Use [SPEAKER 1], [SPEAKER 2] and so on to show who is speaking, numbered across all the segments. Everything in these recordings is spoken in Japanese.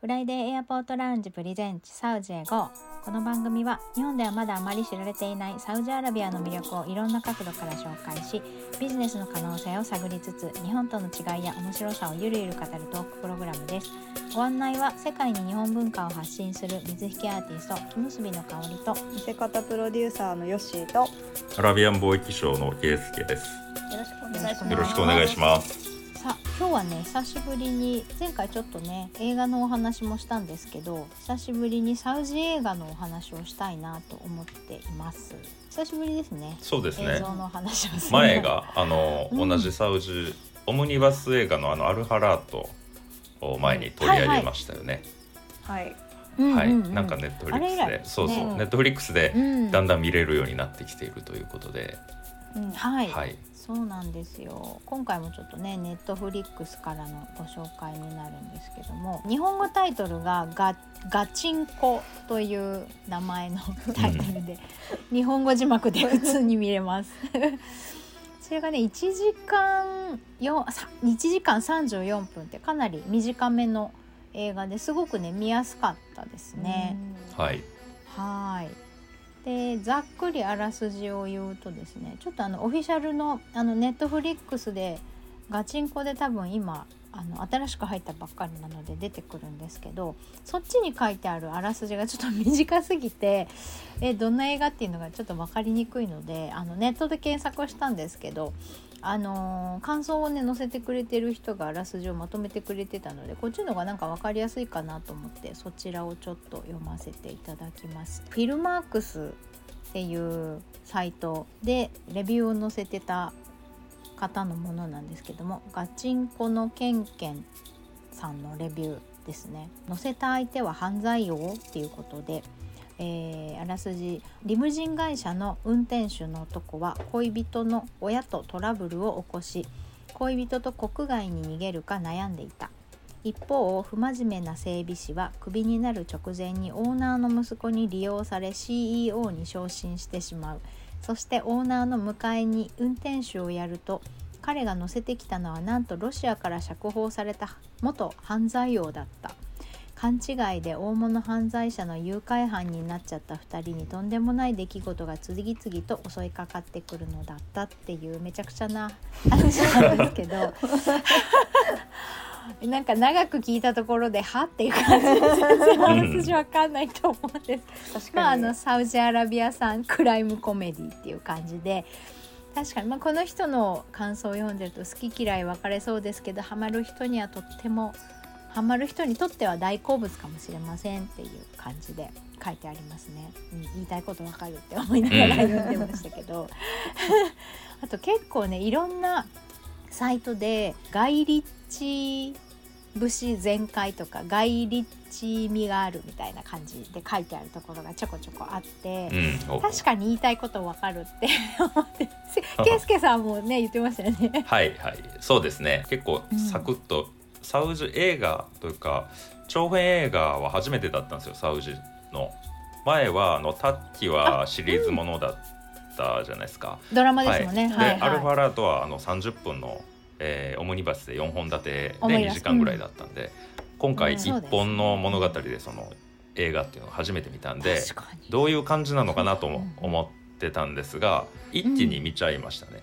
[SPEAKER 1] フライデーエアポートラウンジプレゼンツサウジへ GO この番組は日本ではまだあまり知られていないサウジアラビアの魅力をいろんな角度から紹介しビジネスの可能性を探りつつ日本との違いや面白さをゆるゆる語るトークプログラムですご案内は世界に日本文化を発信する水引きアーティスト木結びの香りとよ
[SPEAKER 2] 見せ方プロデューサーのヨッシーとよ
[SPEAKER 3] アラビアン貿易商の圭介です。
[SPEAKER 2] ろしくお
[SPEAKER 1] 願いします
[SPEAKER 3] よろしくお願いします。
[SPEAKER 1] さあ今日はね久しぶりに前回ちょっとね映画のお話もしたんですけど久しぶりにサウジ映画のお話をしたいなと思っています久しぶりですね
[SPEAKER 3] そうです
[SPEAKER 1] 映
[SPEAKER 3] ね。
[SPEAKER 1] 像のお話をする
[SPEAKER 3] 前があの、
[SPEAKER 1] うん
[SPEAKER 3] 同じサウジオムニバス映画のあのアルハラートを前に取り上げましたよね。
[SPEAKER 2] はい
[SPEAKER 1] うん
[SPEAKER 3] はい、
[SPEAKER 1] うんうん
[SPEAKER 3] なんかネットフリ
[SPEAKER 1] あ
[SPEAKER 3] ックス
[SPEAKER 1] れ以来
[SPEAKER 3] で、
[SPEAKER 1] ですね
[SPEAKER 3] そうそう、
[SPEAKER 2] うん
[SPEAKER 3] ネットフリックスで
[SPEAKER 1] うん
[SPEAKER 3] だんだん見れるようになってきているということで、
[SPEAKER 2] うん
[SPEAKER 1] はい、
[SPEAKER 3] はい、
[SPEAKER 1] そうなんですよ今回もちょっとねネットフリックスからのご紹介になるんですけども日本語タイトルがガ「ガチンコ」という名前のタイトルで日本語字幕で普通に見れます。 それがね1時間よさ1時間34分ってかなり短めの映画ですごくね見やすかったですね。
[SPEAKER 3] はい、
[SPEAKER 1] はい。でざっくりあらすじを言うとですねちょっとあのオフィシャルのあのネットフリックスでガチンコで多分今あの新しく入ったばっかりなので出てくるんですけどそっちに書いてあるあらすじがちょっと 短すぎてえどんな映画っていうのがちょっと分かりにくいのであのネットで検索したんですけど、あのー感想をね載せてくれてる人があらすじをまとめてくれてたのでこっちのがなんか分かりやすいかなと思ってそちらをちょっと読ませていただきます。フィルマークスっていうサイトでレビューを載せてた方のものなんですけどもガチンコのケンケンさんのレビューですね載せた相手は犯罪王っていうことで、えーあらすじリムジン会社の運転手の男は恋人の親とトラブルを起こし恋人と国外に逃げるか悩んでいた一方不真面目な整備士はクビになる直前にオーナーの息子に利用され CEO に昇進してしまうそしてオーナーの迎えに運転手をやると彼が乗せてきたのはなんとロシアから釈放された元犯罪王だった勘違いで大物犯罪者の誘拐犯になっちゃった2人にとんでもない出来事が次々と襲いかかってくるのだったっていうめちゃくちゃな話なんですけど なんか長く聞いたところではっていう感じで全然話わかんないと思うんです
[SPEAKER 2] 確
[SPEAKER 1] まあ、
[SPEAKER 2] か
[SPEAKER 1] あ
[SPEAKER 2] に、
[SPEAKER 1] のサウジアラビア産クライムコメディっていう感じで確かに、まあ、この人の感想を読んでると好き嫌い分かれそうですけどハマる人にはとってもハマる人にとっては大好物かもしれませんっていう感じで書いてありますね、うん、言いたいこと分かるって思いながら
[SPEAKER 2] うん
[SPEAKER 1] 読んでましたけど あと結構ねいろんなサイトで外立節全開とか外立味があるみたいな感じで書いてあるところがちょこちょこあって、
[SPEAKER 3] うん、お
[SPEAKER 1] 確かに言いたいことわかるって思 って圭介さんもね言ってましたよね。
[SPEAKER 3] はいはい、そうですね。結構
[SPEAKER 1] うん
[SPEAKER 3] サクッと、サウジ映画というか長編映画は初めてだったんですよ。サウジの前はあのタッキはシリーズものだったじゃないですか。
[SPEAKER 1] ドラマですもんね。
[SPEAKER 3] で、
[SPEAKER 1] はいはい
[SPEAKER 3] アルファラートはあの30分の、えーオムニバスで4本立てで
[SPEAKER 1] オムニバ
[SPEAKER 3] 2
[SPEAKER 1] ス
[SPEAKER 3] 時間ぐらいだったんで、今回
[SPEAKER 1] うんそうです
[SPEAKER 3] 1本の物語でその映画っていうのを初めて見たんで、
[SPEAKER 1] 確かに
[SPEAKER 3] どういう感じなのかなとも
[SPEAKER 1] うん
[SPEAKER 3] 思ってたんですが、一気に見ちゃいましたね。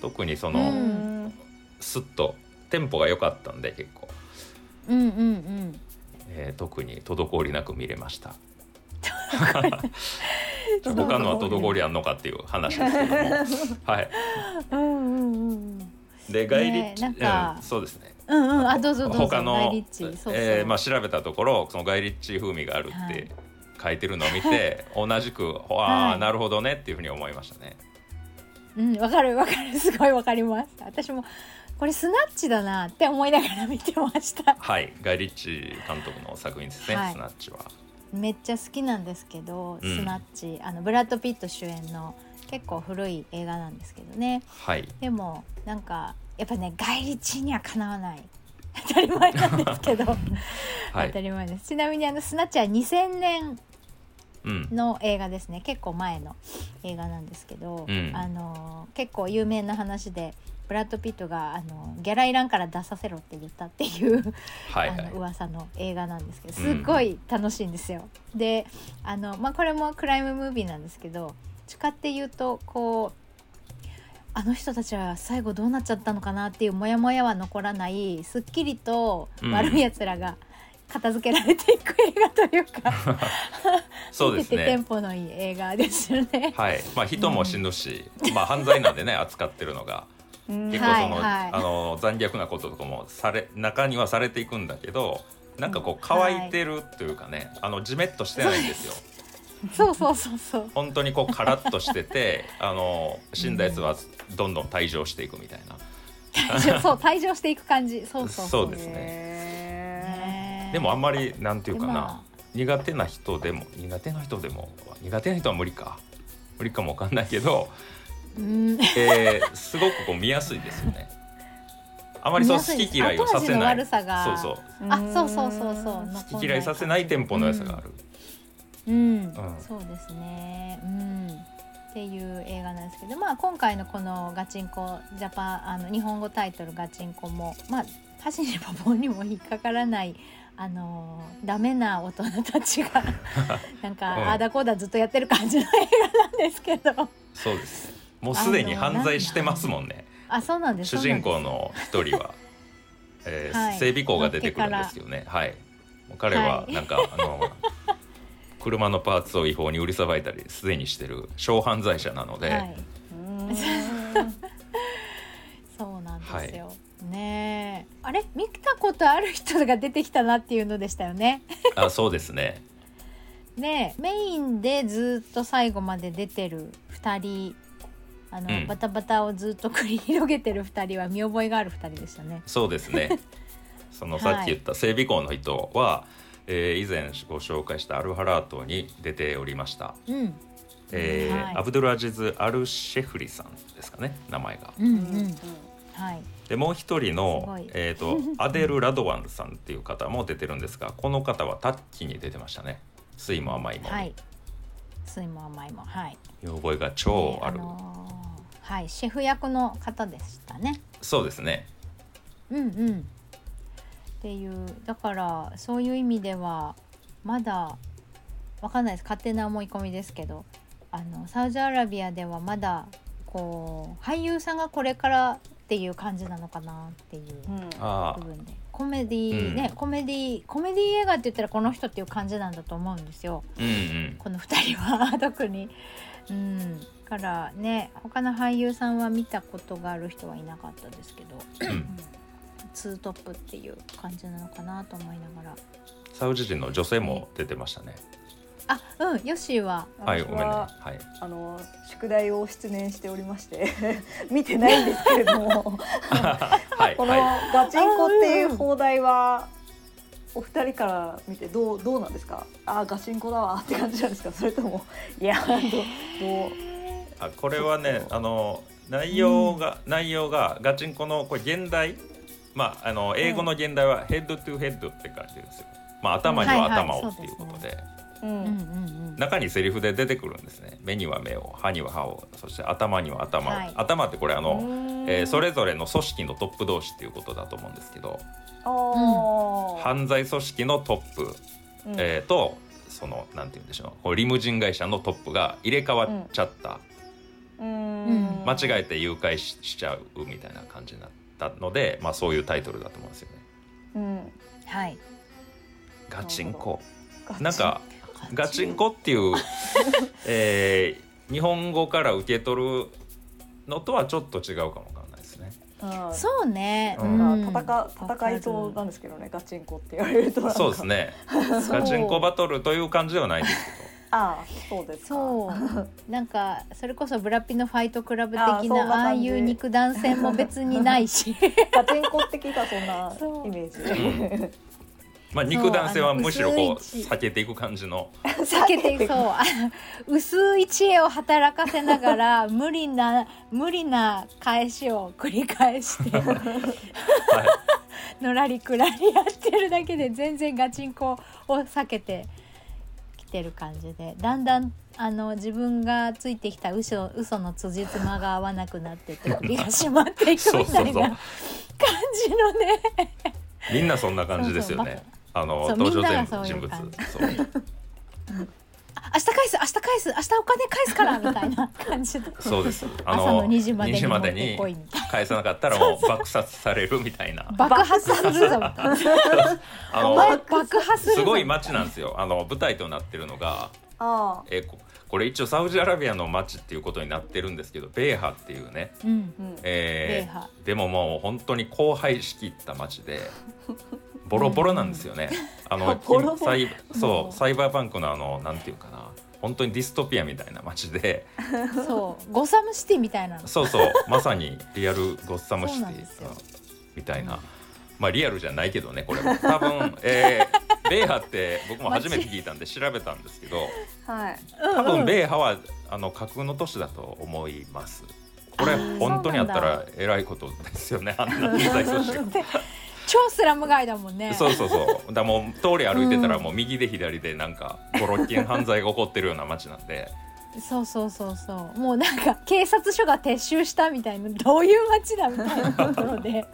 [SPEAKER 3] 特にその、
[SPEAKER 1] う
[SPEAKER 2] うんん
[SPEAKER 3] スッとテンポが良かったんで結構、
[SPEAKER 1] うんうんうん。
[SPEAKER 3] えー特に滞りなく見れました
[SPEAKER 2] 滞り
[SPEAKER 3] 他のは滞りあんのかっていう話ですけども はい
[SPEAKER 1] うんうんうんうん。
[SPEAKER 3] で外
[SPEAKER 1] ねえ
[SPEAKER 3] 立、
[SPEAKER 1] なんか
[SPEAKER 3] うん、そうですね
[SPEAKER 1] うんうん。あどうぞどうぞ。
[SPEAKER 3] 他の
[SPEAKER 1] 外立そうそう。
[SPEAKER 3] えーまあ、調べたところそのガイリッチー風味がある
[SPEAKER 1] は
[SPEAKER 3] っ
[SPEAKER 1] い
[SPEAKER 3] て書いてるのを見て、同じく「ああ、
[SPEAKER 1] はい
[SPEAKER 3] なるほどね」っていうふうに思いましたね。
[SPEAKER 1] うんわかるわかるすごいわかります。私もこれスナッチだなって思いながら見てました。
[SPEAKER 3] はいガイリッチー監督の作品ですね「
[SPEAKER 1] はい
[SPEAKER 3] スナッチは」
[SPEAKER 1] めっちゃ好きなんですけど、
[SPEAKER 3] うん
[SPEAKER 1] スナッチあのブラッド・ピット主演の結構古い映画なんですけどね
[SPEAKER 3] はい
[SPEAKER 1] でもなんかやっぱね外立にはかなわない 当たり前なんですけど、
[SPEAKER 3] は
[SPEAKER 1] 当た
[SPEAKER 3] い
[SPEAKER 1] り前ですちなみにあのスナッチは2000年
[SPEAKER 3] うん
[SPEAKER 1] の映画ですね結構前の映画なんですけど、
[SPEAKER 3] うん
[SPEAKER 1] あの結構有名な話でブラッド・ピットがあのギャラいらんから出させろって言ったっていう
[SPEAKER 3] はいは
[SPEAKER 1] あ
[SPEAKER 3] い
[SPEAKER 1] の噂の映画なんですけど
[SPEAKER 3] う
[SPEAKER 1] す
[SPEAKER 3] ん
[SPEAKER 1] っごい楽しいんですよ。であの、まあ、これもクライムムービーなんですけど使って言うとこうあの人たちは最後どうなっちゃったのかなっていうモヤモヤは残らないすっきりと
[SPEAKER 3] うん
[SPEAKER 1] 悪いやつらが片付けられていく映画というか、
[SPEAKER 3] そうです
[SPEAKER 1] 見ててテン
[SPEAKER 3] ね
[SPEAKER 1] ポのいい映画ですよね。
[SPEAKER 3] はいまあ人も死ぬし、まあ犯罪なんでね 扱ってるのが
[SPEAKER 2] うん
[SPEAKER 3] 結構その,、
[SPEAKER 1] はいはい
[SPEAKER 3] あの残虐なこととかもされ中にはされていくんだけどなんかこう
[SPEAKER 1] うん
[SPEAKER 3] 乾いてるというかね、あのじめっとしてないんですよ
[SPEAKER 1] そうそうそう そう。
[SPEAKER 3] 本当にこうカラッとしててあの死んだやつはどんどん退場していくみたいな、
[SPEAKER 1] 退場そう退場していく感じ。そうそう
[SPEAKER 3] そうですね
[SPEAKER 2] ね。
[SPEAKER 1] ね
[SPEAKER 3] でもあんまりなんていうか
[SPEAKER 1] で
[SPEAKER 3] な
[SPEAKER 1] まあ
[SPEAKER 3] 苦手な人でも苦手な人でも苦手な人は無理か無理かもわかんないけど、
[SPEAKER 1] うん
[SPEAKER 3] えーすごくこう見やすいですよねあまりそう
[SPEAKER 1] 見やすいで
[SPEAKER 3] 好
[SPEAKER 1] す
[SPEAKER 3] き嫌いをさせない
[SPEAKER 1] 後味の悪さが
[SPEAKER 3] そうそう
[SPEAKER 1] あそうそうそうそう
[SPEAKER 3] 好き嫌いさせないテンポのやつがある、
[SPEAKER 1] うん、
[SPEAKER 3] ん
[SPEAKER 1] そうですね、うん、っていう映画なんですけど、まあ、今回のこの「ガチンコジャパン」あの日本語タイトル「ガチンコも」まあ箸にも棒にも引っかからないあのーダメな大人たちが なんか、
[SPEAKER 3] うん
[SPEAKER 1] ああだこうだずっとやってる感じの映画なんですけど
[SPEAKER 3] そうですねもうすでに
[SPEAKER 1] あの
[SPEAKER 3] 犯罪してますもんね
[SPEAKER 1] あそうなんです
[SPEAKER 3] 主人
[SPEAKER 1] そう
[SPEAKER 3] 公
[SPEAKER 1] なんで
[SPEAKER 3] の一 人は、えー
[SPEAKER 1] はい
[SPEAKER 3] 整備工が出てくるんですよねはいもう彼は
[SPEAKER 1] はい
[SPEAKER 3] なんか、あの車のパーツを違法に売りさばいたりすでにしてる小犯罪者なので、
[SPEAKER 1] すはい、
[SPEAKER 2] うん
[SPEAKER 1] そうなんですよ、ねえあれ見たことある人が出てきたなっていうのでしたよね
[SPEAKER 3] あそうですね
[SPEAKER 1] でメインでずっと最後まで出てる2人あの、
[SPEAKER 3] うん
[SPEAKER 1] バタバタをずっと繰り広げてる2人は見覚えがある2人でしたね。
[SPEAKER 3] そうです ねそのさっき言った整備工の人は、えー以前ご紹介したアルハラートに出ておりました、
[SPEAKER 1] うん、
[SPEAKER 3] えー
[SPEAKER 1] はい
[SPEAKER 3] アブドゥルアジズ・アルシェフリさんですかね名前が
[SPEAKER 1] うん、うん、
[SPEAKER 2] うん
[SPEAKER 1] はい、
[SPEAKER 3] でもう一人
[SPEAKER 1] すご
[SPEAKER 3] の
[SPEAKER 1] い、
[SPEAKER 3] えー、とアデル・ラドワンさんっていう方も出てるんですがこの方はタッキーに出てましたね「酸いも甘いも」
[SPEAKER 1] はい。水も甘いも、はい。
[SPEAKER 3] 見覚えが超ある、
[SPEAKER 1] でのーはい、シェフ役の方でしたね。
[SPEAKER 3] そうですね
[SPEAKER 1] うん、うん。っていう、だから、そういう意味では、まだ。わかんないです。勝手な思い込みですけど。あのサウジアラビアではまだこう俳優さんがこれからっていう感じなのかなっていう
[SPEAKER 2] うん
[SPEAKER 3] あ
[SPEAKER 1] 部
[SPEAKER 3] ー
[SPEAKER 1] 分でコメディ、
[SPEAKER 3] うん
[SPEAKER 1] ねコメディコメディ映画って言ったらこの人っていう感じなんだと思うんですよ
[SPEAKER 3] うんうん
[SPEAKER 1] この2人は 特に。うんだからね他の俳優さんは見たことがある人はいなかったですけど
[SPEAKER 3] うん
[SPEAKER 1] ツートップっていう感じなのかなと思いながら
[SPEAKER 3] サウジ人の女性も出てましたね
[SPEAKER 1] あうんヨッシーは
[SPEAKER 3] はい
[SPEAKER 2] 私
[SPEAKER 3] ごめんね
[SPEAKER 2] は
[SPEAKER 3] はい
[SPEAKER 2] あの宿題を失念しておりまして 見てないんですけれども
[SPEAKER 3] はい
[SPEAKER 2] この
[SPEAKER 3] は
[SPEAKER 2] 「
[SPEAKER 3] い
[SPEAKER 2] ガチンコ」っていう放題はお二人から見てどうどうなんですかあーガチンコだわって感じなんですかそれともいやどうどう
[SPEAKER 3] あこれはねあの内容が、内容がガチンコのこれ現代まああの英語の現代はヘッドトゥヘッドって感じですよ、まあ、頭には頭
[SPEAKER 1] はいは
[SPEAKER 3] を
[SPEAKER 1] い
[SPEAKER 3] っていうことで,、
[SPEAKER 1] そうでう
[SPEAKER 2] う
[SPEAKER 1] んうん
[SPEAKER 2] ん
[SPEAKER 1] うん
[SPEAKER 3] 中にセリフで出てくるんですね目には目を歯には歯をそして頭には頭を、
[SPEAKER 1] はい
[SPEAKER 3] 頭ってこれあの、
[SPEAKER 2] の
[SPEAKER 3] えーそれぞれの組織のトップ同士っていうことだと思うんですけど
[SPEAKER 2] あー
[SPEAKER 3] 犯罪組織のトップ、
[SPEAKER 2] うん
[SPEAKER 3] えーとそのなんて言うんでしょうこうリムジン会社のトップが入れ替わっちゃった、
[SPEAKER 2] うん
[SPEAKER 3] 間違えて誘拐ししちゃうみたいな感じになったので、まあ、そういうタイトルだと思うんですよね。
[SPEAKER 2] うん
[SPEAKER 1] はい
[SPEAKER 3] ガチンコ
[SPEAKER 2] ガチ
[SPEAKER 3] なんかガチンコって いう、えー日本語から受け取るのとはちょっと違うかもわかんないですね。
[SPEAKER 2] うん
[SPEAKER 1] そうね、
[SPEAKER 3] う
[SPEAKER 2] まあ
[SPEAKER 1] うん
[SPEAKER 2] 戦戦いそうなんですけどねガチンコって言われるとなんか
[SPEAKER 3] そうですね。ガチンコバトルという感じではないんです
[SPEAKER 2] ああそうですか
[SPEAKER 1] そうなんかそれこそブラピのファイトクラブ的
[SPEAKER 2] あーそんな感じ
[SPEAKER 1] なああいう肉弾戦も別にないし
[SPEAKER 2] ガチンコって聞いたらそんな
[SPEAKER 1] そう
[SPEAKER 2] イメー
[SPEAKER 3] う
[SPEAKER 2] ジ
[SPEAKER 3] けど、まあ肉弾戦はむしろこう
[SPEAKER 1] そうあの薄い位置
[SPEAKER 3] 避けていく感じの、
[SPEAKER 1] 避けてそうあ薄い知恵を働かせなが ら無理な無理な返しを繰り返 して
[SPEAKER 3] はい、
[SPEAKER 1] のらりくらりやってるだけで全然ガチンコを避けてきてる感じでだんだんあの自分がついてきた嘘嘘の辻褄が合わなくなってて首が締まっていく
[SPEAKER 3] そう
[SPEAKER 1] みた
[SPEAKER 3] そ
[SPEAKER 1] いう
[SPEAKER 3] そう
[SPEAKER 1] な感じのね
[SPEAKER 3] みんなそんな感じですよ
[SPEAKER 1] そう
[SPEAKER 3] ね
[SPEAKER 1] そう
[SPEAKER 3] あの
[SPEAKER 1] そう
[SPEAKER 3] 登場
[SPEAKER 1] みんなが
[SPEAKER 3] 人
[SPEAKER 1] そういう
[SPEAKER 3] 物
[SPEAKER 1] 感じ
[SPEAKER 3] そう
[SPEAKER 1] あ明日返す明日返す明日お金返すからみたいな感じで
[SPEAKER 3] そうですあ
[SPEAKER 1] 朝の2時まで
[SPEAKER 3] 2
[SPEAKER 1] に
[SPEAKER 3] 時
[SPEAKER 1] 持
[SPEAKER 3] ま
[SPEAKER 1] っ
[SPEAKER 3] で
[SPEAKER 1] て
[SPEAKER 3] に
[SPEAKER 1] こいみたい
[SPEAKER 3] 返さなかったらもう爆殺されるみたいな
[SPEAKER 1] な 爆発するぞみたいな
[SPEAKER 3] あ
[SPEAKER 1] お前
[SPEAKER 3] の
[SPEAKER 1] 爆破するぞ
[SPEAKER 3] すごい街なんですよあの舞台となってるのが
[SPEAKER 2] ああ
[SPEAKER 3] えここれ一応サウジアラビアの街っていうことになってるんですけどベーハっていうね、
[SPEAKER 1] うん
[SPEAKER 2] うん
[SPEAKER 3] え
[SPEAKER 1] ベ
[SPEAKER 3] ー
[SPEAKER 1] ーハ
[SPEAKER 3] でももう本当に荒廃しきった街で ボロボロなんですよ ね。あの
[SPEAKER 2] ボロボロ
[SPEAKER 3] サイ
[SPEAKER 1] も
[SPEAKER 3] そううサイバーバンクのあのなんていうかな本当にディストピアみたいな街で
[SPEAKER 1] そうゴサムシティみたいなの
[SPEAKER 3] そうそうまさにリアルゴッサムシテ
[SPEAKER 1] そうなん
[SPEAKER 3] ィ
[SPEAKER 1] ですよ
[SPEAKER 3] うんみたいな。まあリアルじゃないけどねこ れも多分、えー、ベーハって僕も初めて聞いたんで調べたんで すけど
[SPEAKER 2] はい
[SPEAKER 3] 多
[SPEAKER 1] うんうん
[SPEAKER 3] 分ベーハはあの架空の都市だと思います。これ
[SPEAKER 1] あー
[SPEAKER 3] 本当にあった
[SPEAKER 1] そうな
[SPEAKER 3] らえらいことです よねあんな経済組織が。
[SPEAKER 1] 超スラム街だもんね
[SPEAKER 3] そうそうそうだもう通り歩いてたらもう右で左でなんか56件犯罪が起こってるような街なんで
[SPEAKER 1] そうそうそうそうもうなんか警察署が撤収したみたいなどういう街だみたいなところで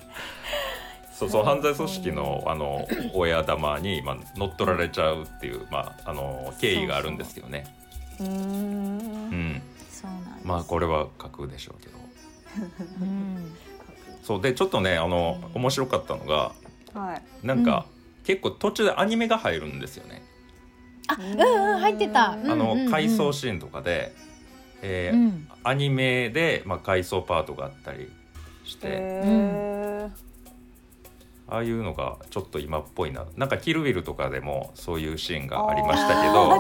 [SPEAKER 3] そうそう犯罪組織のあの親玉に、まあ、乗っ取られちゃうっていう、まあ、あの経緯があるんですけどね
[SPEAKER 2] うー
[SPEAKER 3] うんん
[SPEAKER 1] そうなんです
[SPEAKER 3] まあこれは架空でしょうけど
[SPEAKER 1] うん
[SPEAKER 3] そうでちょっとねあの面白かったのが
[SPEAKER 2] はい
[SPEAKER 3] なんか、結構途中でアニメが入るんですよね、
[SPEAKER 1] あうんうん入ってた、うんうんうん、
[SPEAKER 3] あの回想シーンとかで、えー
[SPEAKER 1] うん
[SPEAKER 3] アニメで、まあ、回想パートがあったりして。
[SPEAKER 2] え
[SPEAKER 3] ああいうのがちょっと今っぽいななんか「キルビル」とかでもそういうシーンがありましたけど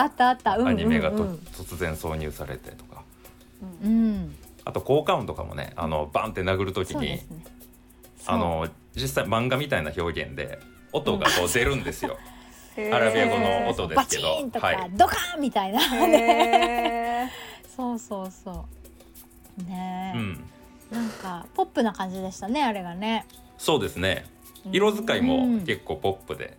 [SPEAKER 1] あったあったうんうん
[SPEAKER 3] アニメがと、
[SPEAKER 1] うん
[SPEAKER 3] 突然挿入されてとか
[SPEAKER 1] うん
[SPEAKER 3] あと効果音とかもねあのバンって殴る時
[SPEAKER 1] そうで
[SPEAKER 3] に、
[SPEAKER 1] すねそう
[SPEAKER 3] あの実際漫画みたいな表現で音がこう出るんですよ。
[SPEAKER 2] え
[SPEAKER 3] アラビア語の音ですけど
[SPEAKER 1] バチーンとか、
[SPEAKER 3] はい
[SPEAKER 1] ドカーンみたいな
[SPEAKER 2] へー
[SPEAKER 1] そうそうそうね
[SPEAKER 3] う
[SPEAKER 1] え、
[SPEAKER 3] ん、
[SPEAKER 1] なんかポップな感じでしたねあれがね
[SPEAKER 3] そうですね色使いも
[SPEAKER 1] うん
[SPEAKER 3] 結構ポップで、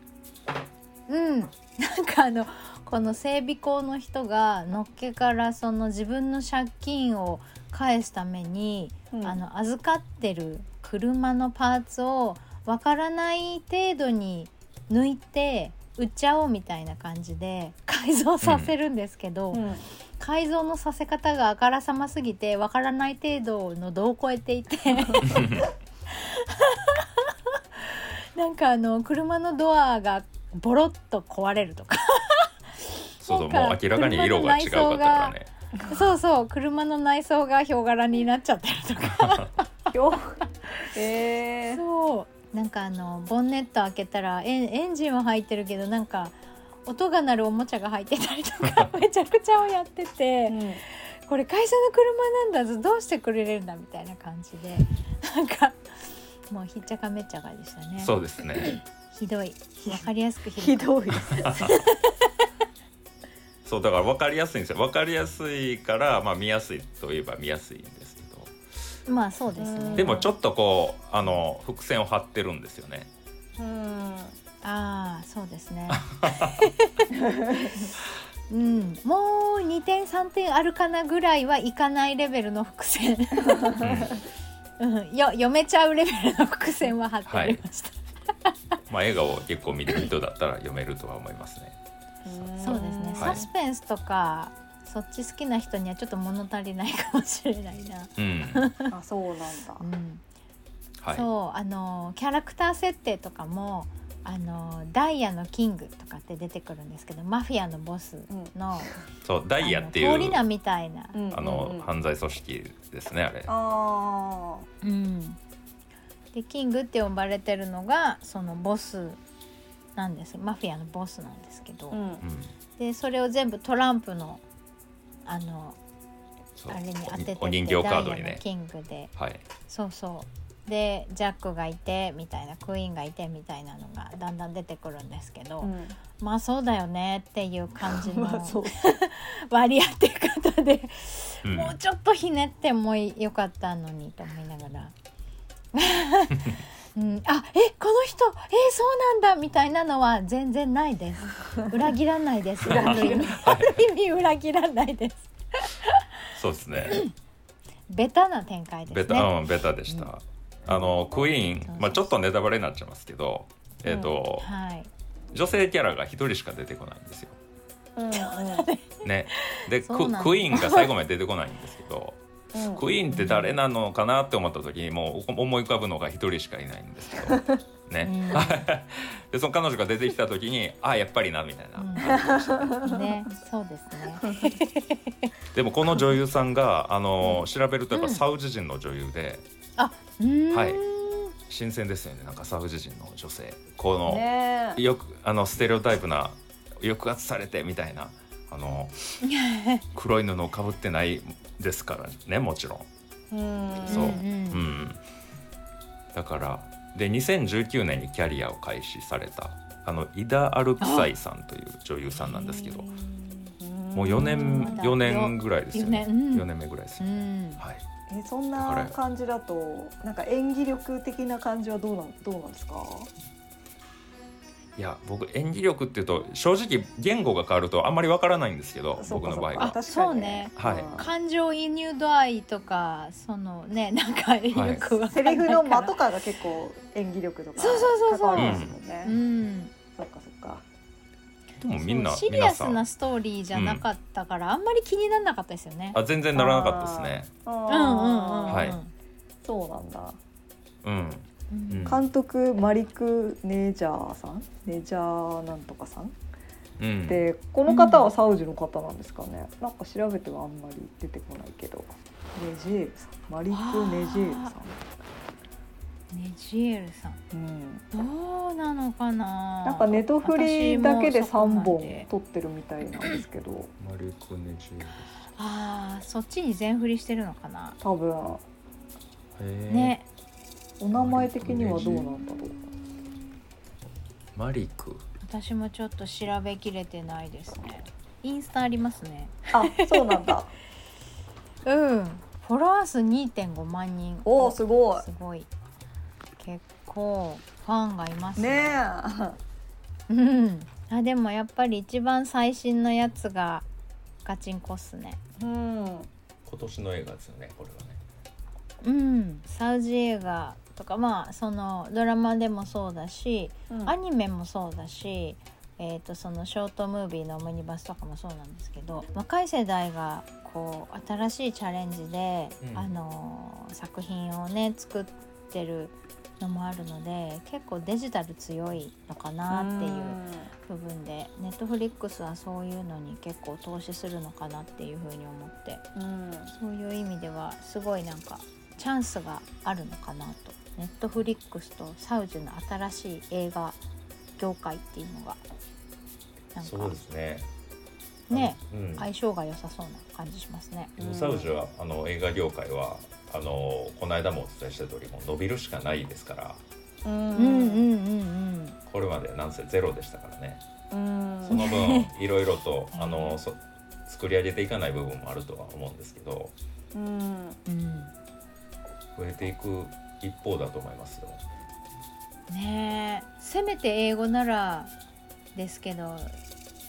[SPEAKER 1] うんなんかあのこの整備工の人がのっけからその自分の借金を返すために、
[SPEAKER 2] うん
[SPEAKER 1] あの預かってる車のパーツをわからない程度に抜いて売っちゃおうみたいな感じで改造させるんですけど、
[SPEAKER 2] うん
[SPEAKER 1] 改造のさせ方があからさますぎてわからない程度の度を超えて いてなんかあの車のドアがボロッと壊れるとか
[SPEAKER 3] そうそ
[SPEAKER 1] な
[SPEAKER 3] う
[SPEAKER 1] んか
[SPEAKER 3] もう明らかに色が違うかったからね
[SPEAKER 1] そうそう車の内装がヒョウ柄になっちゃってるとか
[SPEAKER 2] よえー
[SPEAKER 1] そうなんかあのボンネット開けたらエンエンジンは入ってるけどなんか音が鳴るおもちゃが入ってたりと かめちゃくちゃをやってて。
[SPEAKER 2] うん
[SPEAKER 1] これ会社の車なんだぞどうしてくれるんだみたいな感じでなんかもうひっちゃかめっちゃかでしたね
[SPEAKER 3] そうですね
[SPEAKER 1] ひどいわかりやすくひ
[SPEAKER 2] ひ
[SPEAKER 1] どい
[SPEAKER 2] どい
[SPEAKER 3] そうだから分かりやすいんですよ分かりやすいから、まあ、見やすいといえば見やすいんですけど
[SPEAKER 1] まあそうですね
[SPEAKER 3] でもちょっとこうあの伏線を張ってるんですよね。
[SPEAKER 2] うん
[SPEAKER 1] ああそうです ねうんもう2点3点あるかなぐらいはいかないレベルの伏線、うん、よ読めちゃうレベルの伏線は張ってありました、
[SPEAKER 3] まあ映画を結構見る人だったら読めるとは思いますね。
[SPEAKER 1] そうですね、
[SPEAKER 3] は
[SPEAKER 1] サ
[SPEAKER 3] い
[SPEAKER 1] スペンスとかそっち好きな人にはちょっと物足りないかもしれないな
[SPEAKER 3] うん、
[SPEAKER 2] あそうなんだ
[SPEAKER 1] うん
[SPEAKER 3] は
[SPEAKER 1] そうあのキャラクター設定とかもあのダイヤのキングとかって出てくるんですけどマフィアのボスの、
[SPEAKER 3] い。そう ダ
[SPEAKER 1] ダ
[SPEAKER 3] イヤって
[SPEAKER 1] 通り
[SPEAKER 3] いう
[SPEAKER 1] 名みたいな、
[SPEAKER 2] うん
[SPEAKER 3] あ
[SPEAKER 2] うんうん
[SPEAKER 3] の犯罪組織ですねあれ。
[SPEAKER 2] あ
[SPEAKER 1] うんでキングって呼ばれてるのがそのボスなんですマフィアのボスなんですけど、
[SPEAKER 2] ーうん
[SPEAKER 3] うん。
[SPEAKER 1] でそれを全部トランプのあの
[SPEAKER 3] そう
[SPEAKER 1] あれに当てて
[SPEAKER 3] おお人形カードに
[SPEAKER 1] ダイヤの
[SPEAKER 3] ね。
[SPEAKER 1] キングで
[SPEAKER 3] はい。
[SPEAKER 1] そうそうでジャックがいてみたいなクイーンがいてみたいなのがだんだん出てくるんですけど、
[SPEAKER 2] うん
[SPEAKER 1] まあそうだよねっていう感じ
[SPEAKER 2] まあそ
[SPEAKER 1] の
[SPEAKER 2] う
[SPEAKER 1] 割り当て方で、
[SPEAKER 3] うん
[SPEAKER 1] もう ちょっとひねってもよかったのにと思いながらうん、あえこの人えそうなんだみたいなのは全然ないです裏切らない です
[SPEAKER 2] 裏
[SPEAKER 1] ある
[SPEAKER 2] 切
[SPEAKER 1] 意
[SPEAKER 2] らな
[SPEAKER 1] 味
[SPEAKER 2] い
[SPEAKER 1] ある意味裏切らないです
[SPEAKER 3] そうですね。
[SPEAKER 1] ベタな展開で
[SPEAKER 3] ベ
[SPEAKER 1] す
[SPEAKER 3] タ、
[SPEAKER 1] ね
[SPEAKER 3] うん、ベタでした。あのクイーン、まあちょっとネタバレになっちゃいますけど、えっ、と、
[SPEAKER 1] うんはい
[SPEAKER 3] 女性キャラが一人しか出てこないんですよ。ね、で
[SPEAKER 1] そ
[SPEAKER 3] ク
[SPEAKER 1] うなんだ
[SPEAKER 3] クイーンが最後まで出てこないん ですけど、
[SPEAKER 2] うん
[SPEAKER 3] クイーンって誰なのかなって思った時にもう思い浮かぶのが一人しかいないんですけど、ね、でその彼女が出てきた時にあやっぱりなみたいな。
[SPEAKER 1] うんねそうですね
[SPEAKER 3] でもこの女優さんがあの調べるとやっ
[SPEAKER 1] う
[SPEAKER 3] ぱ
[SPEAKER 1] ん
[SPEAKER 3] サウジ人の女優で
[SPEAKER 1] あうーん、
[SPEAKER 3] はい新鮮ですよねなんかサウジ人の女性この。
[SPEAKER 2] ねえ
[SPEAKER 3] よくあのステレオタイプな抑圧されてみたいなあ の黒い布をかぶってないですからねもちろん、
[SPEAKER 2] うん
[SPEAKER 3] そう、
[SPEAKER 1] うんうん
[SPEAKER 3] うん、だからで2019年にキャリアを開始されたあのイダ・アルプサイさんという女優さんなんですけどもう4
[SPEAKER 1] ま
[SPEAKER 3] 年
[SPEAKER 1] だ
[SPEAKER 3] 4年ぐらいですよね
[SPEAKER 1] 四年うん
[SPEAKER 3] 4年目ぐらいです
[SPEAKER 1] う
[SPEAKER 3] よね、
[SPEAKER 1] ん
[SPEAKER 3] はい
[SPEAKER 2] えそんな感じだとなんか演技力的な感じはどうなんどうなんですか
[SPEAKER 3] いや僕演技力っていうと正直言語が変わるとあんまりわからないんですけど
[SPEAKER 2] そう
[SPEAKER 3] 僕
[SPEAKER 2] か
[SPEAKER 3] の場合
[SPEAKER 2] そう
[SPEAKER 3] は
[SPEAKER 2] か。
[SPEAKER 1] そうね
[SPEAKER 3] はい
[SPEAKER 1] 感情移入度合いとかそのねなんかよくわか
[SPEAKER 2] セ
[SPEAKER 1] んな
[SPEAKER 2] リ
[SPEAKER 1] いか
[SPEAKER 2] フ
[SPEAKER 1] ら、
[SPEAKER 2] の間とかが結構演技力とか
[SPEAKER 1] そうそうそうそう
[SPEAKER 2] 関わるんですもんね。
[SPEAKER 1] うん
[SPEAKER 2] そっかそっか。
[SPEAKER 3] でもみんな
[SPEAKER 1] そうシリ
[SPEAKER 3] 皆
[SPEAKER 1] ア
[SPEAKER 3] さ
[SPEAKER 1] ス
[SPEAKER 3] ん
[SPEAKER 1] なストーリーじゃなかったから、あんまり気にならなかったですよね。
[SPEAKER 3] あ全然ならなかったですね。
[SPEAKER 1] う
[SPEAKER 2] うん
[SPEAKER 1] うんうんうん。
[SPEAKER 3] はい
[SPEAKER 2] そうなんだ。
[SPEAKER 3] うん
[SPEAKER 1] うん
[SPEAKER 2] 監督マリク・ネジャーさんネジャーなんとかさん
[SPEAKER 3] うん、
[SPEAKER 2] でこの方はサウジの方なんですかね、なんか調べてはあんまり出てこないけどネジエルさんマリク・ネジエルさ
[SPEAKER 1] ネジエルさん
[SPEAKER 2] ん、うん、
[SPEAKER 1] どうなのかな。
[SPEAKER 2] なんかネトフリだけで
[SPEAKER 1] 私もそこ
[SPEAKER 2] 3
[SPEAKER 1] ま
[SPEAKER 2] 本撮ってるみたいなんですけど
[SPEAKER 3] マルコネジ
[SPEAKER 1] ああそっちに全振りしてるのかな。
[SPEAKER 2] 多分
[SPEAKER 1] ね。
[SPEAKER 2] お名前的にはどうなんだろう
[SPEAKER 3] マリク
[SPEAKER 1] 私もちょっと調べきれてないですね。インスタありますね。
[SPEAKER 2] あそうなんだ
[SPEAKER 1] うん。フォロワー数2.5万人。
[SPEAKER 2] おおすご
[SPEAKER 1] すごい。結構ファンがいます
[SPEAKER 2] いね
[SPEAKER 1] う
[SPEAKER 2] え
[SPEAKER 1] ん、あでもやっぱり一番最新のやつがガチンコっすね
[SPEAKER 2] うん
[SPEAKER 3] 今年の映画ですよねこれはね
[SPEAKER 1] うんサウジ映画とかまあそのドラマでもそうだし、
[SPEAKER 2] うん
[SPEAKER 1] アニメもそうだし、えー、とそのショートムービーのオムニバスとかもそうなんですけど若い世代がこう新しいチャレンジで、
[SPEAKER 3] うん
[SPEAKER 1] あのー作品をね作ってるのもあるので結構デジタル強いのかなっていう。部分でネットフリックスはそういうのに結構投資するのかなっていうふうに思って
[SPEAKER 2] うん
[SPEAKER 1] そういう意味ではすごいなんかチャンスがあるのかなとネットフリックスとサウジの新しい映画業界っていうのがなん
[SPEAKER 3] そう
[SPEAKER 1] か
[SPEAKER 3] ですね
[SPEAKER 1] ね
[SPEAKER 3] うん
[SPEAKER 1] 相性が良さそうな感じしますね。
[SPEAKER 3] でもサウジはあの映画業界はあのこの間もお伝えした通りもう伸びるしかないですから
[SPEAKER 2] うん
[SPEAKER 1] うんうんうん
[SPEAKER 3] これまでなんせゼロでしたからね
[SPEAKER 2] うん
[SPEAKER 3] その 分いろいろと
[SPEAKER 1] うん
[SPEAKER 3] あのそ作り上げていかない部分もあるとは思うんですけど
[SPEAKER 2] うん
[SPEAKER 1] うんうん
[SPEAKER 3] 増えていく一方だと思いますよ
[SPEAKER 1] ねえせめて英語ならですけど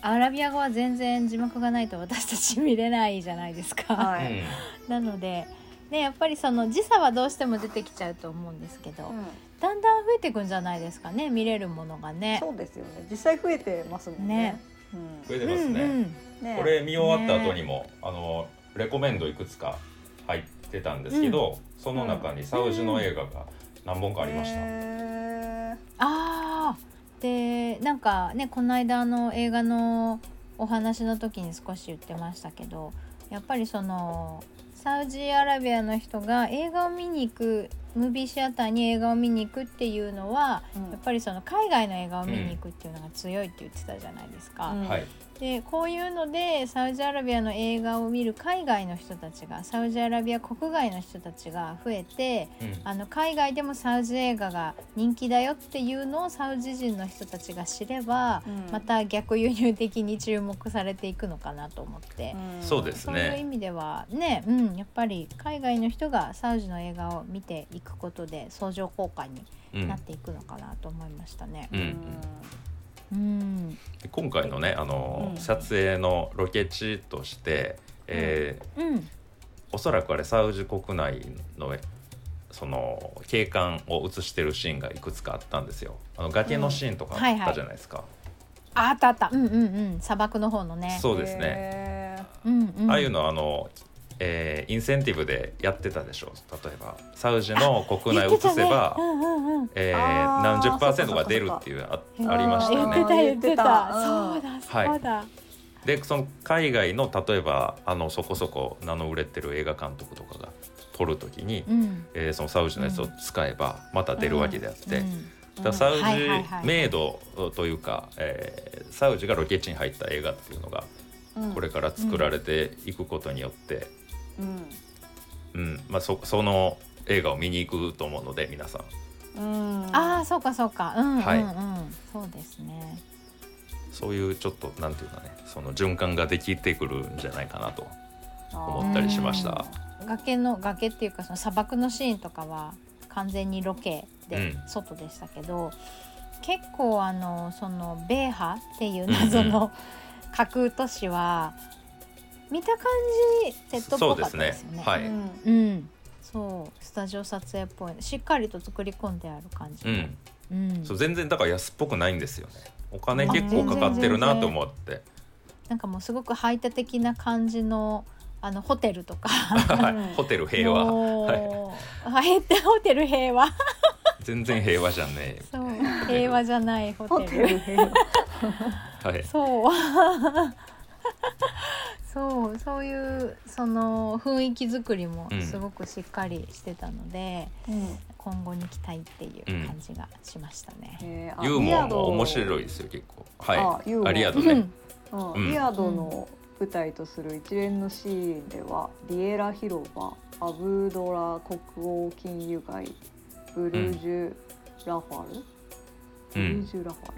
[SPEAKER 1] アラビア語は全然字幕がないと私たち見れないじゃないですか。
[SPEAKER 2] は
[SPEAKER 3] う
[SPEAKER 2] い
[SPEAKER 3] ん
[SPEAKER 1] なので、ね、やっぱりその時差はどうしても出てきちゃうと思うんですけど、
[SPEAKER 2] うん
[SPEAKER 1] だんだん増えていくんじゃないですかね見れるものがね。
[SPEAKER 2] そうですよね実際増えてますもんね
[SPEAKER 1] ね
[SPEAKER 2] うん
[SPEAKER 3] 増えてますね、
[SPEAKER 1] うんうん
[SPEAKER 2] ね
[SPEAKER 3] これ見終わった後にも、あのレコメンドいくつか入ってたんですけど、その中にサウジの映画が何本かありました、
[SPEAKER 2] へー
[SPEAKER 1] あーでなんかねこの間の映画のお話の時に少し言ってましたけどやっぱりそのサウジアラビアの人が映画を見に行くムービーシアターに映画を見に行くっていうのは
[SPEAKER 2] うん
[SPEAKER 1] やっぱりその海外の映画を見に行くっていうのが強いって言ってたじゃないですか。
[SPEAKER 2] うん
[SPEAKER 3] はい、
[SPEAKER 1] でこういうのでサウジアラビアの映画を見る海外の人たちがサウジアラビア国外の人たちが増えて
[SPEAKER 3] うん
[SPEAKER 1] あの海外でもサウジ映画が人気だよっていうのをサウジ人の人たちが知れば、
[SPEAKER 2] うん
[SPEAKER 1] また逆輸入的に注目されていくのかなと思って、
[SPEAKER 2] ん
[SPEAKER 3] そうです
[SPEAKER 1] そういう意味ではね、うん、やっぱり海外の人がサウジの映画を見ていくことで相乗効果に
[SPEAKER 3] うん
[SPEAKER 1] なっていくのかなと思いましたね。
[SPEAKER 3] うん
[SPEAKER 1] うん、
[SPEAKER 3] で今回のねあの、
[SPEAKER 2] うん
[SPEAKER 3] 撮影のロケ地として、えー
[SPEAKER 1] うん、
[SPEAKER 3] おそらくあれサウジ国内のその景観を映してるシーンがいくつかあったんですよあの崖のシーンとか
[SPEAKER 1] うん
[SPEAKER 3] あったじゃないですか、
[SPEAKER 1] ああったあった、うんうんうん、砂漠の方のね。
[SPEAKER 3] そうですね、
[SPEAKER 2] ね
[SPEAKER 1] うんうん、
[SPEAKER 3] ああいうのはあの、えーインセンティブでやってたでしょ例えばサウジの国内
[SPEAKER 1] 言っ
[SPEAKER 3] 映
[SPEAKER 1] てたね
[SPEAKER 3] せば、
[SPEAKER 1] うんうんうん、
[SPEAKER 3] えー
[SPEAKER 2] あー
[SPEAKER 3] 何十パーセン
[SPEAKER 2] そ
[SPEAKER 3] ト
[SPEAKER 2] っかそっかそっ
[SPEAKER 3] が
[SPEAKER 2] か
[SPEAKER 3] 出るっていうあ
[SPEAKER 1] へー
[SPEAKER 3] ありました
[SPEAKER 1] 言っ
[SPEAKER 3] ね
[SPEAKER 1] てた言
[SPEAKER 2] 言
[SPEAKER 1] っ
[SPEAKER 2] ってて
[SPEAKER 1] た
[SPEAKER 2] た。
[SPEAKER 1] そう
[SPEAKER 2] う
[SPEAKER 1] だ
[SPEAKER 3] はい
[SPEAKER 1] そうだ。
[SPEAKER 3] でその海外の例えばあのそこそこ名の売れてる映画監督とかが撮るときに、
[SPEAKER 1] うん。
[SPEAKER 3] えーそのサウジのやつを使えばまた出るわけであって、
[SPEAKER 1] うん
[SPEAKER 3] だからサウジ
[SPEAKER 1] はいはいはい
[SPEAKER 3] メイドというか、えーサウジがロケ地に入った映画っていうのがこれから作られていくことによって、
[SPEAKER 2] うん
[SPEAKER 3] うんまあ、そその映画を見に行くと思うので皆さん
[SPEAKER 2] うん
[SPEAKER 1] ああ、そうかそうか。うんうんうん。
[SPEAKER 3] はい
[SPEAKER 1] そうですね。
[SPEAKER 3] そういうちょっとなんていうかねその循環ができてくるんじゃないかなと思ったりしました。
[SPEAKER 1] 崖の崖っていうかその砂漠のシーンとかは完全にロケで
[SPEAKER 3] うん
[SPEAKER 1] 外でしたけど、結構あのその米派っていう謎の架空都市は見た感じセットっぽかったですよね。
[SPEAKER 3] そうですねはい
[SPEAKER 2] うん
[SPEAKER 1] うん。そうスタジオ撮影っぽいしっかりと作り込んである感じ
[SPEAKER 3] う
[SPEAKER 1] の、
[SPEAKER 3] ん、
[SPEAKER 1] うん
[SPEAKER 3] そう全然だから安っぽくないんですよねお金結構かかってるなと思って
[SPEAKER 1] なんかもうすごく排他的な感じのあのホテルとか
[SPEAKER 2] 然全然
[SPEAKER 3] はいホテル平和
[SPEAKER 1] もうはい、ホテル平和
[SPEAKER 3] 全然平和じゃねえ
[SPEAKER 1] そう平和じゃないホ
[SPEAKER 2] ホ
[SPEAKER 1] テル
[SPEAKER 2] テル
[SPEAKER 3] はい
[SPEAKER 1] そう そうそういうその雰囲気作りも
[SPEAKER 3] うん
[SPEAKER 1] すごくしっかりしてたので、今後に期待っていう感じがしましたね。
[SPEAKER 3] ユーモアも面
[SPEAKER 2] い
[SPEAKER 3] 白いですよ結構
[SPEAKER 2] あ
[SPEAKER 3] はい
[SPEAKER 2] ユーモア
[SPEAKER 3] ありがとう
[SPEAKER 1] う
[SPEAKER 3] ね
[SPEAKER 1] ん
[SPEAKER 2] うん
[SPEAKER 3] うん
[SPEAKER 2] リアドの舞台とする一連のシーンではビエラ広場アブドラ国王金融街ブルージュ・ラファル、
[SPEAKER 3] う
[SPEAKER 2] ブルー
[SPEAKER 3] ん
[SPEAKER 2] ジュ・ラファル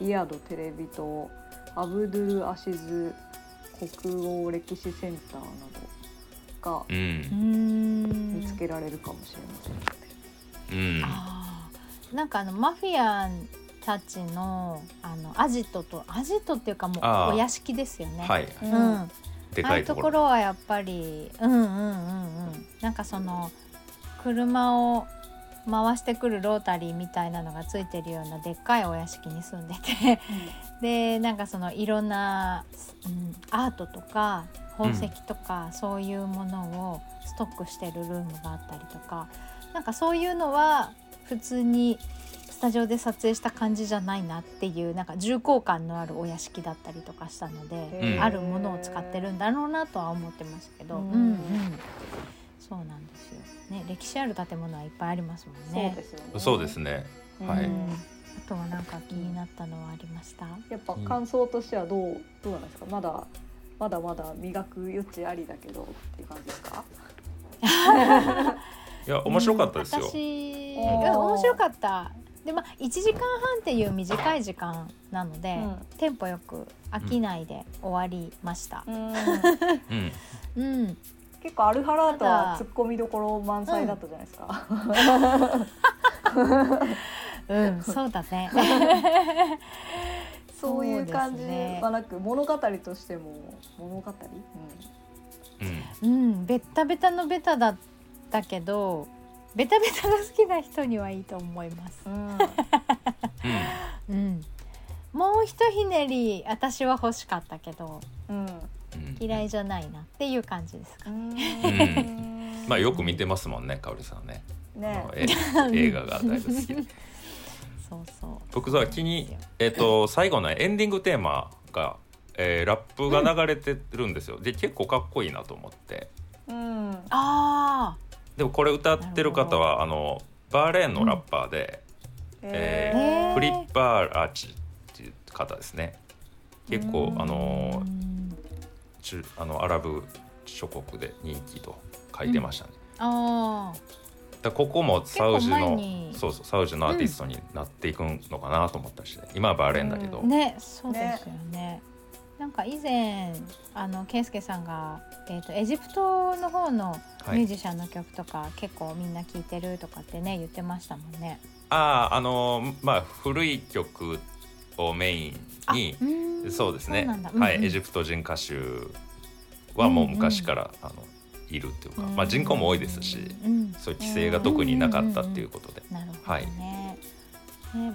[SPEAKER 1] うん
[SPEAKER 2] リアドテレビ塔アブドゥル・アシズ国王歴史センターなどが
[SPEAKER 3] う
[SPEAKER 1] うんん
[SPEAKER 2] 見つけられるかもしれません、
[SPEAKER 3] うん
[SPEAKER 1] あーなんかあのマフィアたちのあのアジトとアジトっていうかも
[SPEAKER 3] あ
[SPEAKER 1] う
[SPEAKER 3] ー
[SPEAKER 1] お屋敷ですよね。
[SPEAKER 3] はい
[SPEAKER 1] うん、あ
[SPEAKER 3] で
[SPEAKER 1] あ
[SPEAKER 3] か
[SPEAKER 1] い
[SPEAKER 3] いう
[SPEAKER 1] と
[SPEAKER 3] とこ
[SPEAKER 1] こ
[SPEAKER 3] ろ
[SPEAKER 1] ろはやっぱりうんうんうんうんなんかその車を回してくるロータリーみたいなのがついてるようなでっかいお屋敷に住んでてでなんかそのいろんな、うん、アートとか宝石とか、そういうものをストックしてるルームがあったりとかなんかそういうのは普通にスタジオで撮影した感じじゃないなっていうなんか重厚感のあるお屋敷だったりとかしたので。
[SPEAKER 3] うん
[SPEAKER 1] あるものを使ってるんだろうなとは思ってますけど、う
[SPEAKER 2] うんん
[SPEAKER 1] うん、そうなんですよ。ね、歴史ある建物はいっぱいありますもんね。
[SPEAKER 2] そうですよね
[SPEAKER 3] そうですねは
[SPEAKER 1] う
[SPEAKER 3] い
[SPEAKER 1] んあとはなんか気になったのはありました。
[SPEAKER 2] やっぱ感想としてはどうどうなんですかまだまだまだ磨く余地ありだけどっていう感じですか
[SPEAKER 3] いや面白かったです
[SPEAKER 1] うん
[SPEAKER 3] よ
[SPEAKER 1] 私、
[SPEAKER 2] おー
[SPEAKER 1] うん面白かった。でまあ1時間半っていう短い時間なので、
[SPEAKER 2] うん
[SPEAKER 1] テンポよく飽きないで終わりました。
[SPEAKER 3] うん
[SPEAKER 1] うん、
[SPEAKER 2] 結構アルハラートは突っ込みどころ満載だったじゃないですか。
[SPEAKER 1] うん、 そうだね。
[SPEAKER 2] そういう感じ
[SPEAKER 1] そうですね
[SPEAKER 2] はなく、物語としても物語、
[SPEAKER 3] うん
[SPEAKER 1] うん、ベッタベタのベタだったけどベタベタが好きな人にはいいと思います
[SPEAKER 2] う、ん
[SPEAKER 1] うん、もうひとひねり私は欲しかったけど
[SPEAKER 2] うん
[SPEAKER 3] うん
[SPEAKER 1] 嫌いじゃないなっていう感じですか、
[SPEAKER 2] うん
[SPEAKER 3] まあよく見てますもんね香織さんねあ
[SPEAKER 2] ね
[SPEAKER 3] のえ映画がだいぶ好きで
[SPEAKER 1] そうそう
[SPEAKER 3] 僕さ気にえっと最後のエンディングテーマがえーラップが流れてるんですよで結構かっこいいなと思って
[SPEAKER 2] うん
[SPEAKER 1] あ
[SPEAKER 3] でもこれ歌ってる方はあのバーレーンのラッパーで、えー
[SPEAKER 1] へー
[SPEAKER 3] フリッパー・アーチっていう方ですね結構
[SPEAKER 2] うん
[SPEAKER 3] あ
[SPEAKER 1] ー
[SPEAKER 3] の
[SPEAKER 1] うん
[SPEAKER 3] 中あのアラブ諸国で人気と書いてましたね、
[SPEAKER 1] あー
[SPEAKER 3] だからここもサウジ
[SPEAKER 1] 結構前
[SPEAKER 3] の
[SPEAKER 1] に
[SPEAKER 3] そうそうサウジのアーティストになっていくのかなと思ったりして、今はバーレーンだけど、
[SPEAKER 1] ねそうですよねなんか以前あのケイスケさんが、えー、とエジプトの方の
[SPEAKER 3] は
[SPEAKER 1] ミュー
[SPEAKER 3] い、
[SPEAKER 1] ジシャンの曲とか結構みんな聴いてるとかってね言ってましたもんね。
[SPEAKER 3] あああのーまあ古い曲をメインに
[SPEAKER 1] うーん
[SPEAKER 3] そうですね
[SPEAKER 1] なんだ
[SPEAKER 3] はい、
[SPEAKER 1] うんうん
[SPEAKER 3] エジプト人歌手はもう昔から、あのいるっていうか、まあ、人口も多いですし、
[SPEAKER 1] うん
[SPEAKER 3] そういう規制が特になかったっていうことで、
[SPEAKER 1] なるほどね,、ね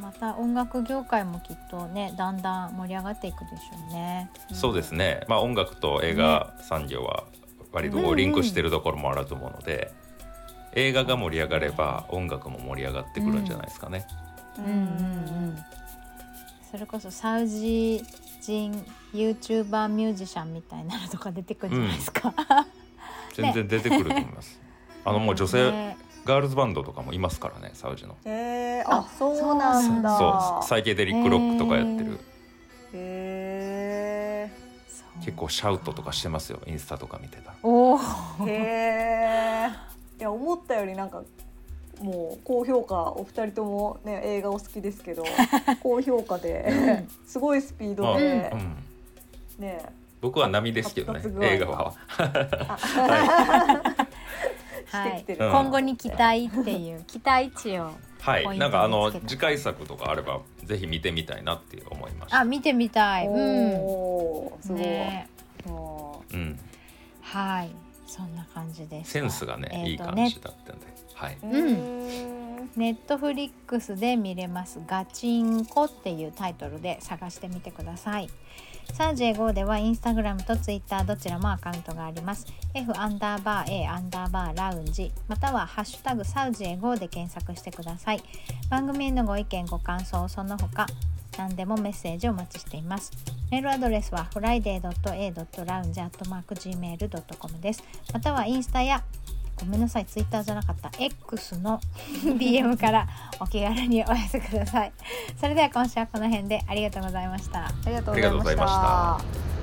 [SPEAKER 1] また音楽業界もきっとねだんだん盛り上がっていくでしょうね。
[SPEAKER 3] そうですね、まあ、音楽と映画産業は割とこうリンクしてるところもあると思うので、映画が盛り上がれば音楽も盛り上がってくるんじゃないですかね。
[SPEAKER 2] う
[SPEAKER 1] うんん
[SPEAKER 2] う
[SPEAKER 1] うんんうん、それこそサウジ人 YouTuber ミュージシャンみたいなのとか出てくるんじゃないですか。
[SPEAKER 3] 全然出てくると思います。あのもう女性、ガールズバンドとかもいますからねサウジの。
[SPEAKER 2] えー、あ
[SPEAKER 1] あ
[SPEAKER 2] そうなんだ
[SPEAKER 3] そうサイケデリックロックとかやってる、
[SPEAKER 2] へ
[SPEAKER 3] 結構シャウトとかしてますよインスタとか見てたら。
[SPEAKER 1] おお
[SPEAKER 2] ーへーいや思ったよりなんかもう高評価お二人ともね映画お好きです けど高評価ですごいスピードで
[SPEAKER 3] う、ん、
[SPEAKER 2] ね
[SPEAKER 3] 僕は波ですけどね
[SPEAKER 2] 発達具合が
[SPEAKER 3] 映画は。
[SPEAKER 2] あ
[SPEAKER 1] はい
[SPEAKER 2] してきてる、
[SPEAKER 3] うん
[SPEAKER 1] 今後に期待っていう期待値を
[SPEAKER 3] は
[SPEAKER 1] ポイン
[SPEAKER 3] い、
[SPEAKER 1] ト
[SPEAKER 3] なんかあ
[SPEAKER 1] 見
[SPEAKER 3] の
[SPEAKER 1] つけた
[SPEAKER 3] 次回作とかあればぜひ見てみたいなって思いました。
[SPEAKER 1] あ見てみたい。うん
[SPEAKER 2] おーすごい、
[SPEAKER 1] ね
[SPEAKER 2] も、
[SPEAKER 3] うん、
[SPEAKER 1] はいそんな感じです。
[SPEAKER 3] センスがね、
[SPEAKER 1] えーと
[SPEAKER 3] いい感じだったんで、はいう
[SPEAKER 1] んネットフリックスで見れます「ガチンコ」っていうタイトルで探してみてください。サージェ5ではインスタグラムとツイッターどちらもアカウントがあります。F アンダーバー A アンダーバーラウンジまたはハッシュタグサウジエ5で検索してください。番組へのご意見ご感想その他何でもメッセージをお待ちしています。メールアドレスは friday.a.lounge.gmail.com です。またはインスタやごめんなさいツイッターじゃなかった X の DM からお気軽にお寄せください。それでは今週はこの辺でありがとうございました。
[SPEAKER 2] ありがとう
[SPEAKER 3] ありがとう
[SPEAKER 2] ご
[SPEAKER 3] ご
[SPEAKER 2] ざい
[SPEAKER 3] ざい
[SPEAKER 2] ま
[SPEAKER 3] ま
[SPEAKER 2] し
[SPEAKER 3] したた。